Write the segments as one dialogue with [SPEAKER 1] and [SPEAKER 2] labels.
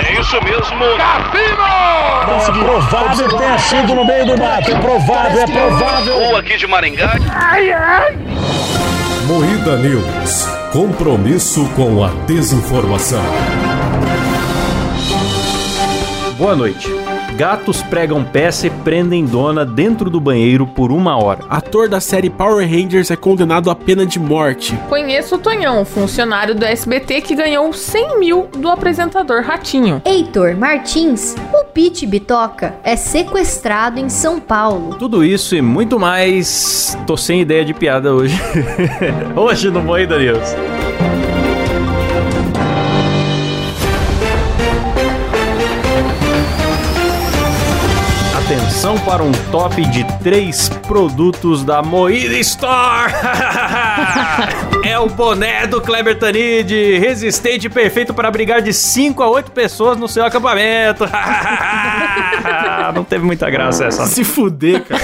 [SPEAKER 1] É isso mesmo. Cassino!
[SPEAKER 2] É provável ter sido no meio do mato. É provável, é provável.
[SPEAKER 1] Ou aqui de Maringá.
[SPEAKER 3] Moída News. Compromisso com a desinformação.
[SPEAKER 4] Boa noite. Gatos pregam peça e prendem dona dentro do banheiro por uma hora. Ah,
[SPEAKER 5] Ator da série Power Rangers é condenado à pena de morte.
[SPEAKER 6] Conheço o Tonhão, funcionário do SBT que ganhou 100 mil do apresentador Ratinho.
[SPEAKER 7] Heitor Martins, o Pete Bitoca, é sequestrado em São Paulo.
[SPEAKER 4] Tudo isso e muito mais. Tô sem ideia de piada hoje. hoje no Moída News. Atenção para um top de três produtos da Moída Store. é o boné do Kleber Tanide, resistente e perfeito para abrigar de 5 a 8 pessoas no seu acampamento. Não teve muita graça essa.
[SPEAKER 5] Se fuder, cara.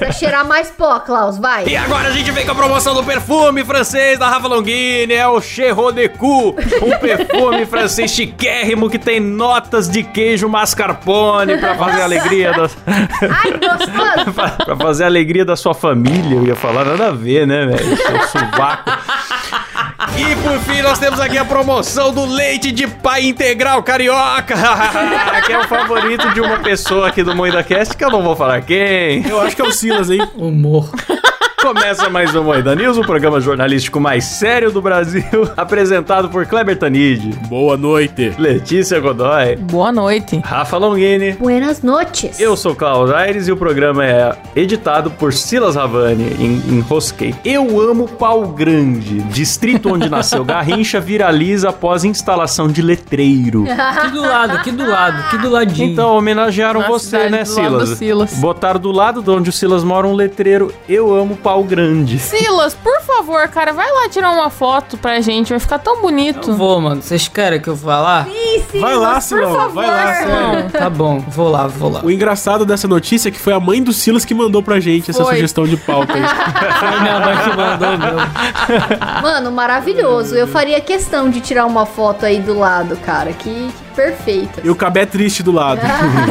[SPEAKER 7] Vai cheirar mais pó, Klaus, vai.
[SPEAKER 4] E agora a gente vem com a promoção do perfume francês da Rafa Longini, é o Cheiro de Cou, um perfume francês chiquérrimo que tem notas de queijo mascarpone para fazer a alegria das,
[SPEAKER 7] Ai, gostoso.
[SPEAKER 4] pra fazer a alegria da sua família, eu ia falar nada a ver, né, velho? Seu sovaco. E por fim, nós temos aqui a promoção do leite de pai integral carioca, que é o favorito de uma pessoa aqui do Moída Cast, que eu não vou falar quem.
[SPEAKER 5] Eu acho que é o Silas, hein?
[SPEAKER 8] Humor.
[SPEAKER 4] Começa mais um Moída News, o programa jornalístico mais sério do Brasil, apresentado por Kleber Tanide,
[SPEAKER 5] Boa noite.
[SPEAKER 4] Letícia Godoy,
[SPEAKER 6] Boa noite.
[SPEAKER 4] Rafa Longini,
[SPEAKER 7] Buenas noches.
[SPEAKER 4] Eu sou o Klaus Aires e o programa é editado por Silas Ravani, em, Enrosquei. Eu amo pau grande. Distrito onde nasceu Garrincha viraliza após instalação de letreiro.
[SPEAKER 8] Aqui do lado, aqui do lado, aqui do ladinho.
[SPEAKER 4] Então, homenagearam
[SPEAKER 6] Na
[SPEAKER 4] você,
[SPEAKER 6] cidade
[SPEAKER 4] né,
[SPEAKER 6] do lado
[SPEAKER 4] Silas?
[SPEAKER 6] do Silas.
[SPEAKER 4] Botaram do lado de onde o Silas mora um letreiro Eu amo pau grande.
[SPEAKER 6] Silas, por favor, cara, vai lá tirar uma foto pra gente, vai ficar tão
[SPEAKER 8] Eu
[SPEAKER 6] bonito.
[SPEAKER 8] vou, mano. Vocês querem que eu vá lá?
[SPEAKER 5] Vai lá, Silão. Vai lá, Silão.
[SPEAKER 6] Não.
[SPEAKER 8] Tá bom, vou lá, vou lá.
[SPEAKER 5] O engraçado dessa notícia é que foi a mãe do Silas que mandou pra gente essa
[SPEAKER 6] Foi.
[SPEAKER 5] sugestão de pauta. aí.
[SPEAKER 8] Foi minha mãe que mandou, meu.
[SPEAKER 7] Mano, maravilhoso. Eu faria questão de tirar uma foto aí do lado, cara. Que, que perfeita.
[SPEAKER 5] e o Cabé é triste do lado.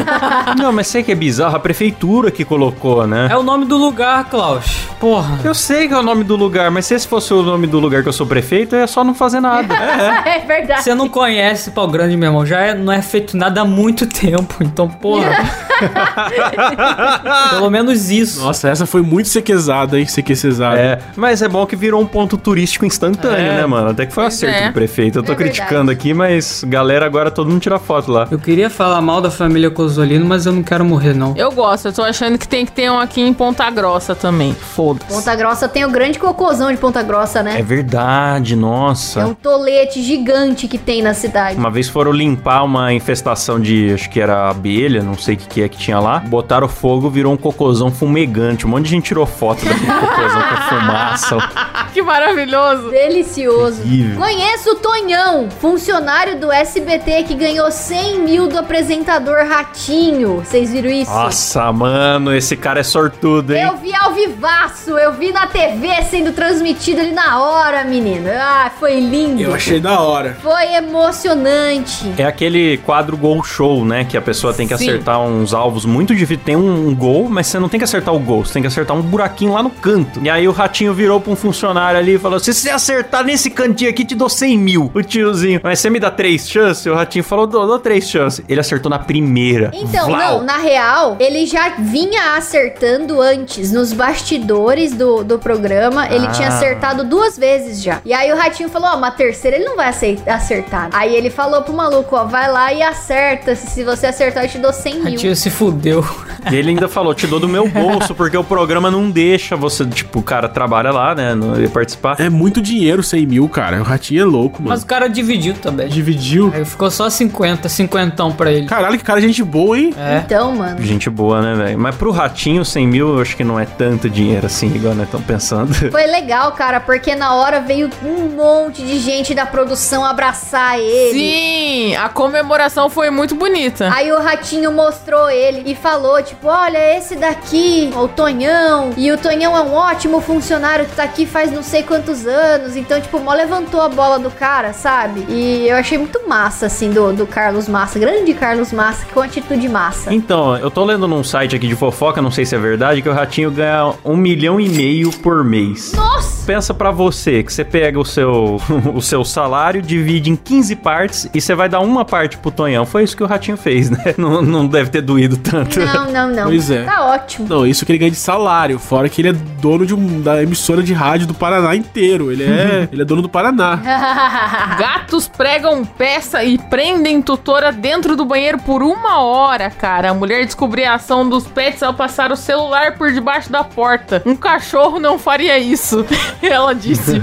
[SPEAKER 4] Não, mas sei que é bizarro, a prefeitura que colocou, né?
[SPEAKER 8] É o nome do lugar, Klaus. Porra.
[SPEAKER 4] Eu sei que é o nome do lugar, mas se esse fosse o nome do lugar que eu sou prefeito, é só não fazer nada.
[SPEAKER 7] É verdade.
[SPEAKER 8] Você não conhece pau grande, meu irmão. Já é- não é feito nada há muito tempo. Então, porra. Pelo menos isso.
[SPEAKER 5] Nossa, essa foi muito sequezada, hein? Sequecesada.
[SPEAKER 4] É, mas é bom que virou um ponto turístico instantâneo,
[SPEAKER 8] É.
[SPEAKER 4] né, mano? Até que foi um
[SPEAKER 6] Pois
[SPEAKER 4] acerto
[SPEAKER 6] é.
[SPEAKER 4] do prefeito. Eu tô
[SPEAKER 7] É verdade.
[SPEAKER 4] criticando aqui, mas galera, agora todo mundo tira foto lá.
[SPEAKER 8] Eu queria falar mal da família Cozolino, mas eu não quero morrer, não.
[SPEAKER 6] Eu gosto, eu tô achando que tem que ter um aqui em Ponta Grossa também. Foda-se.
[SPEAKER 7] Ponta Grossa tem o grande cocôzão de Ponta Grossa,
[SPEAKER 4] É
[SPEAKER 7] né?
[SPEAKER 4] verdade,
[SPEAKER 7] É,
[SPEAKER 4] nossa.
[SPEAKER 7] um tolete gigante que tem na cidade.
[SPEAKER 4] Uma vez foram limpar uma infestação de, acho que era abelha, não sei o que, que é que tinha lá. Botaram fogo, virou um cocôzão fumegante. Um monte de gente tirou foto daquele cocôzão com fumaça.
[SPEAKER 6] Ah, Que maravilhoso.
[SPEAKER 7] Delicioso.
[SPEAKER 4] Terrível.
[SPEAKER 7] Conheço o Tonhão, funcionário do SBT que ganhou 100 mil do apresentador Ratinho. Vocês viram isso?
[SPEAKER 4] Nossa, mano, esse cara é sortudo, hein?
[SPEAKER 7] Eu vi ao vivaço, eu vi na TV sendo transmitido ali na hora, menino. Ah, foi lindo.
[SPEAKER 5] Eu achei da hora.
[SPEAKER 7] Foi emocionante.
[SPEAKER 4] É aquele quadro gol show, né? Que a pessoa tem que
[SPEAKER 6] Sim.
[SPEAKER 4] acertar uns alvos muito difíceis. Tem um, um gol, mas você não tem que acertar o gol. Você tem que acertar um buraquinho lá no canto. E aí o ratinho virou pra um funcionário ali e falou: Se você acertar nesse cantinho aqui, te dou 100 mil. O tiozinho, mas você me dá três chances? O ratinho falou: Dou, dou três chances. Ele acertou na primeira.
[SPEAKER 7] Então,
[SPEAKER 4] Vlau.
[SPEAKER 7] não, na real, ele já vinha acertando antes, nos bastidores do, do programa, ele
[SPEAKER 4] Ah.
[SPEAKER 7] tinha acertado duas vezes já. E aí o Ratinho falou, ó, uma terceira ele não vai acei- acertar. Aí ele falou pro maluco, ó, vai lá e acerta, se você acertar eu te dou 100
[SPEAKER 8] A
[SPEAKER 7] mil.
[SPEAKER 8] tia se fudeu.
[SPEAKER 4] E ele ainda falou: Te dou do meu bolso, porque o programa não deixa você, tipo, o cara trabalha lá, né? Não ia participar.
[SPEAKER 5] É muito dinheiro 100 mil, cara. O ratinho é louco, mano.
[SPEAKER 8] Mas o cara dividiu também.
[SPEAKER 5] Dividiu.
[SPEAKER 8] Aí ficou só 50, 50 pra ele.
[SPEAKER 5] Caralho, que cara gente boa, hein?
[SPEAKER 8] É.
[SPEAKER 7] Então, mano,
[SPEAKER 4] Gente boa, né, velho? Mas pro ratinho, 100 mil, eu acho que não é tanto dinheiro assim, igual nós estamos pensando.
[SPEAKER 7] foi legal, cara, porque na hora veio um monte de gente da produção abraçar ele.
[SPEAKER 6] Sim, a comemoração foi muito bonita.
[SPEAKER 7] Aí o ratinho mostrou ele e falou, tipo, olha, esse daqui, é o Tonhão. E o Tonhão é um ótimo funcionário que tá aqui faz não sei quantos anos. Então, tipo, mó levantou a bola do cara, sabe? E eu achei muito massa, assim, do, do, do Carlos Massa, grande Carlos Massa, com atitude massa.
[SPEAKER 4] Então, eu tô lendo num site aqui de fofoca, não sei se é verdade, que o ratinho ganha um milhão e meio por mês.
[SPEAKER 7] Nossa!
[SPEAKER 4] Pensa pra você que você pega o seu, o seu salário, divide em 15 partes e você vai dar uma parte pro Tonhão. Foi isso que o ratinho fez, né? Não, não deve ter doído tanto.
[SPEAKER 7] Não, não, não.
[SPEAKER 5] Pois é.
[SPEAKER 7] Tá ótimo.
[SPEAKER 5] Não, isso que ele ganha de salário, fora que ele é dono de um- da emissora de rádio do Paraná inteiro. Ele é, ele é dono do Paraná.
[SPEAKER 6] Gatos pregam peça e prendem tutora dentro do banheiro por uma hora, cara. A mulher descobriu a ação dos pets ao passar o celular por debaixo da porta. Um cachorro não faria isso, ela disse.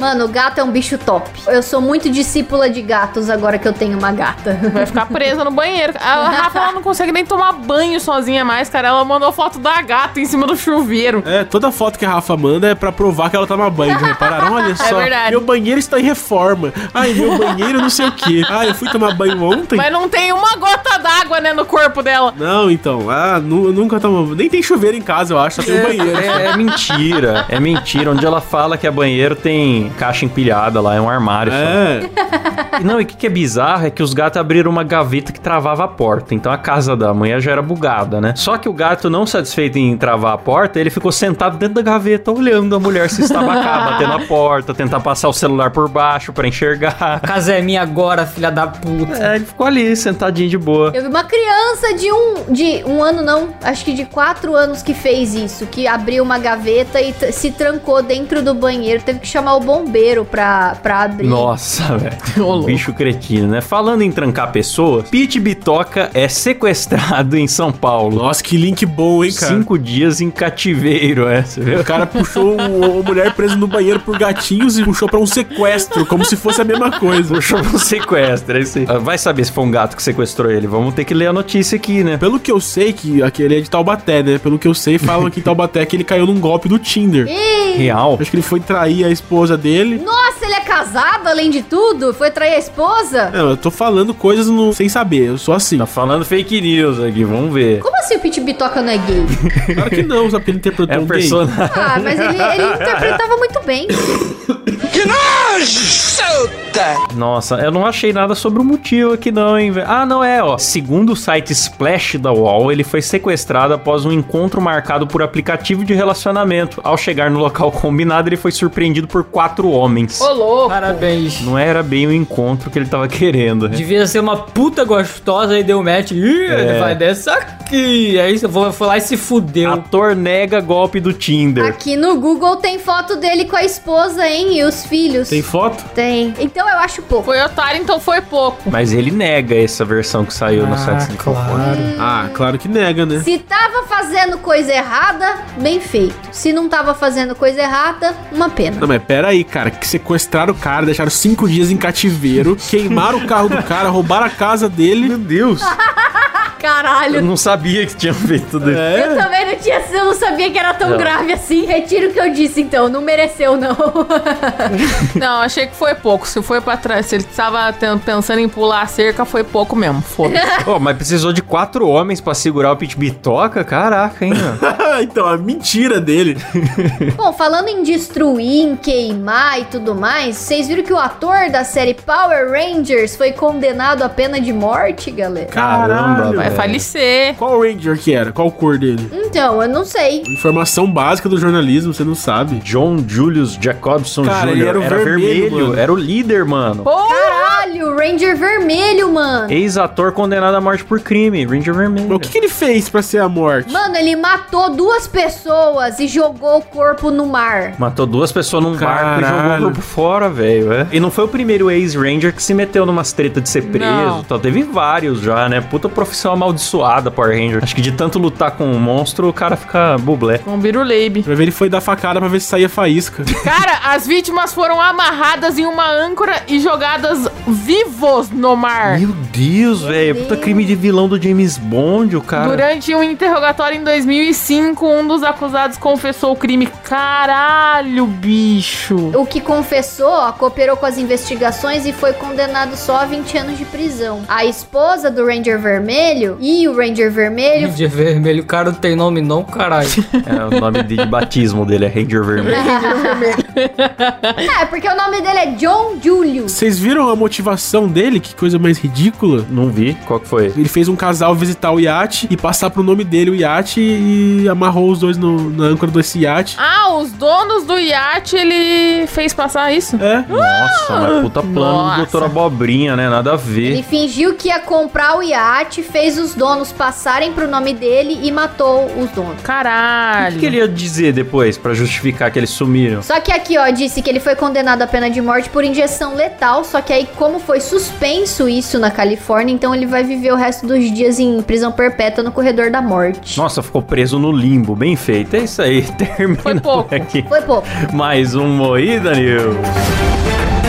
[SPEAKER 7] Mano, o gato é um bicho top. Eu sou muito discípula de gatos agora que eu tenho uma gata.
[SPEAKER 6] Vai ficar presa no banheiro. A Rafa ela não consegue nem tomar banho sozinha mais, cara. Ela mandou foto da gata em cima do chuveiro.
[SPEAKER 5] É, toda foto que a Rafa manda é pra provar que ela toma banho. Já repararam? Olha só.
[SPEAKER 6] É verdade.
[SPEAKER 5] Meu banheiro está em reforma. Ai, meu banheiro não sei o quê. Ah, eu fui tomar banho ontem?
[SPEAKER 6] Mas não tem uma gota d'água, né, no corpo dela.
[SPEAKER 5] Não, então. Ah, nu- nunca tomo. Nem tem chuveiro em casa, eu acho. Só tem um banheiro.
[SPEAKER 4] É, é mentira. É mentira. Onde ela fala que é banheiro tem caixa empilhada lá, é um armário. só.
[SPEAKER 5] É.
[SPEAKER 4] E Não, e o que, que é bizarro é que os gatos abriram uma gaveta que travava a porta. Então a casa da mulher já era bugada, né? Só que o gato, não satisfeito em travar a porta, ele ficou sentado dentro da gaveta, olhando a mulher se estabacar, batendo a porta, tentar passar o celular por baixo pra enxergar.
[SPEAKER 8] A casa é minha agora, filha da puta.
[SPEAKER 4] É, ele ficou ali, sentadinho de boa.
[SPEAKER 7] Eu vi uma criança de um, de um ano, não, acho que de quatro anos que fez isso, que abriu uma gaveta e t- se trancou dentro do banheiro, teve que chamar o bombeiro pra, pra abrir.
[SPEAKER 4] Nossa,
[SPEAKER 6] Ô,
[SPEAKER 4] velho.
[SPEAKER 6] louco.
[SPEAKER 4] Bicho cretino, né? Falando em trancar pessoas, Pete Bitoca é sequestrado em São Paulo.
[SPEAKER 5] Nossa, que link bom, hein, cara?
[SPEAKER 4] Cinco dias em cativeiro, é, você viu?
[SPEAKER 5] O cara puxou o- a mulher presa no banheiro por gatinhos e puxou pra um sequestro, como se fosse a mesma coisa.
[SPEAKER 4] Puxou um sequestro, é isso aí. Ah, Vai saber se foi um gato que sequestrou ele. Vamos ter que ler a notícia aqui, né?
[SPEAKER 5] Pelo que eu sei, que aquele é de Taubaté, né? Pelo que eu sei, falam que em Taubaté é que ele caiu num golpe do Tinder.
[SPEAKER 4] Real.
[SPEAKER 5] Acho que ele foi trair a esposa dele.
[SPEAKER 7] Nossa, ele é casado, além de tudo? Foi trair a esposa?
[SPEAKER 5] Não, eu tô falando coisas no- sem saber, eu sou assim.
[SPEAKER 4] Tá falando fake news aqui, vamos ver.
[SPEAKER 7] Como assim o Pit Bitoca não é gay?
[SPEAKER 5] Claro que não, sabe? Porque ele interpretou
[SPEAKER 4] É
[SPEAKER 5] um
[SPEAKER 4] um
[SPEAKER 5] gay.
[SPEAKER 4] personagem.
[SPEAKER 7] Ah, mas ele, ele interpretava muito bem.
[SPEAKER 4] Nossa, eu não achei nada sobre o motivo aqui não, hein? velho. Ah, não é, ó. Segundo o site Splash da UOL, ele foi sequestrado após um encontro marcado por aplicativo de relacionamento. Ao chegar no local combinado, ele foi surpreendido por quatro homens.
[SPEAKER 6] Ô, louco.
[SPEAKER 8] Parabéns.
[SPEAKER 4] Não era bem o encontro que ele tava querendo, né?
[SPEAKER 8] Devia ser uma puta gostosa e deu match. Ih, ele vai dessa aqui. É Aí você foi foi lá e se fudeu.
[SPEAKER 4] Ator nega golpe do Tinder.
[SPEAKER 7] Aqui no Google tem foto dele com a esposa, hein? E os filhos.
[SPEAKER 5] Tem foto?
[SPEAKER 7] Tem. Então eu acho pouco.
[SPEAKER 6] Foi otário, então foi pouco.
[SPEAKER 4] Mas ele nega essa versão que saiu no site. de
[SPEAKER 5] Ah, claro que nega, né?
[SPEAKER 7] Se tava fazendo coisa errada, bem feito. Se não tava fazendo coisa errada, uma pena.
[SPEAKER 5] Não, mas pera aí, cara, que sequestraram o cara, deixaram cinco dias em cativeiro, queimaram o carro do cara, roubaram a casa dele.
[SPEAKER 4] Deus! Eu
[SPEAKER 7] Caralho.
[SPEAKER 4] não sabia que tinha feito tudo isso.
[SPEAKER 5] É,
[SPEAKER 7] Eu também não tinha, eu não sabia que era tão
[SPEAKER 4] Não.
[SPEAKER 7] grave assim. Retiro o que eu disse, então. Não mereceu, não.
[SPEAKER 6] Não, achei que foi pouco. Se foi pra trás, se ele tava ten- pensando em pular a cerca, foi pouco mesmo. Foda-se.
[SPEAKER 4] Ó, mas precisou de quatro homens pra segurar o Pit Bitoca? Caraca, hein? ó.
[SPEAKER 5] então, a mentira dele.
[SPEAKER 7] Bom, falando em destruir, em queimar e tudo mais, vocês viram que o ator da série Power Rangers foi condenado à pena de morte, galera?
[SPEAKER 4] Caramba,
[SPEAKER 5] Caralho.
[SPEAKER 4] velho.
[SPEAKER 6] Vai falecer.
[SPEAKER 5] Qual Ranger que era? Qual cor dele?
[SPEAKER 7] Então, eu não sei.
[SPEAKER 5] Informação básica do jornalismo, você não sabe.
[SPEAKER 4] John Julius Jacobson Jr.
[SPEAKER 5] Cara, ele era o vermelho, mano.
[SPEAKER 4] era o líder, mano.
[SPEAKER 7] Caralho, Ranger vermelho, mano.
[SPEAKER 4] Ex-ator condenado à morte por crime, Ranger Vermelho.
[SPEAKER 5] Mas o que, que ele fez pra ser a morte?
[SPEAKER 7] Mano, ele matou duas pessoas e jogou o corpo no mar.
[SPEAKER 4] Matou duas pessoas num barco e jogou o
[SPEAKER 5] Caralho.
[SPEAKER 4] grupo fora, velho. é. E não foi o primeiro ex-ranger que se meteu numas tretas de ser preso.
[SPEAKER 6] Não.
[SPEAKER 4] e Tal. Teve vários já, né? Puta profissão amaldiçoada, Power Ranger. Acho que de tanto lutar com um monstro, o cara fica bublé.
[SPEAKER 6] Um biruleibe.
[SPEAKER 5] Pra ver, ele foi dar facada pra ver se saía faísca.
[SPEAKER 6] Cara, as vítimas foram amarradas em uma âncora e jogadas vivos no mar.
[SPEAKER 4] Meu Deus, velho. é Puta crime de vilão do James Bond, o cara.
[SPEAKER 6] Durante um interrogatório em 2005, um dos acusados confessou o crime. Caralho, bicho.
[SPEAKER 7] O que confessou, ó, cooperou com as investigações e foi condenado só a 20 anos de prisão. A esposa do Ranger Vermelho e o Ranger Vermelho
[SPEAKER 8] Mídia vermelho, o cara não tem nome não, caralho.
[SPEAKER 4] É, o nome de, de batismo dele é Ranger Vermelho.
[SPEAKER 7] É, porque o nome dele é John Julius.
[SPEAKER 5] Vocês viram a motivação dele? Que coisa mais ridícula.
[SPEAKER 4] Não vi. Qual que foi?
[SPEAKER 5] Ele fez um casal visitar o iate e passar pro nome dele o iate e amarrou os dois no- na âncora desse iate.
[SPEAKER 6] Ah, os donos do iate, ele fez passar isso?
[SPEAKER 5] É.
[SPEAKER 4] Nossa, mas puta plano do
[SPEAKER 6] Nossa.
[SPEAKER 4] doutor Abobrinha, né? Nada a ver.
[SPEAKER 7] Ele fingiu que ia comprar o iate, fez os donos passarem pro nome dele e matou os donos.
[SPEAKER 4] O
[SPEAKER 6] Caralho.
[SPEAKER 4] que que ele ia dizer depois pra justificar que eles sumiram?
[SPEAKER 7] Só que aqui, ó, disse que ele foi condenado à pena de morte por injeção letal, só que aí, como foi suspenso isso na Califórnia, então ele vai viver o resto dos dias em prisão perpétua no corredor da morte.
[SPEAKER 4] Nossa, ficou preso no limbo. Bem feito. É isso aí. Termina
[SPEAKER 6] Foi pouco.
[SPEAKER 4] por aqui.
[SPEAKER 7] Foi pouco.
[SPEAKER 4] Mais um Moída News.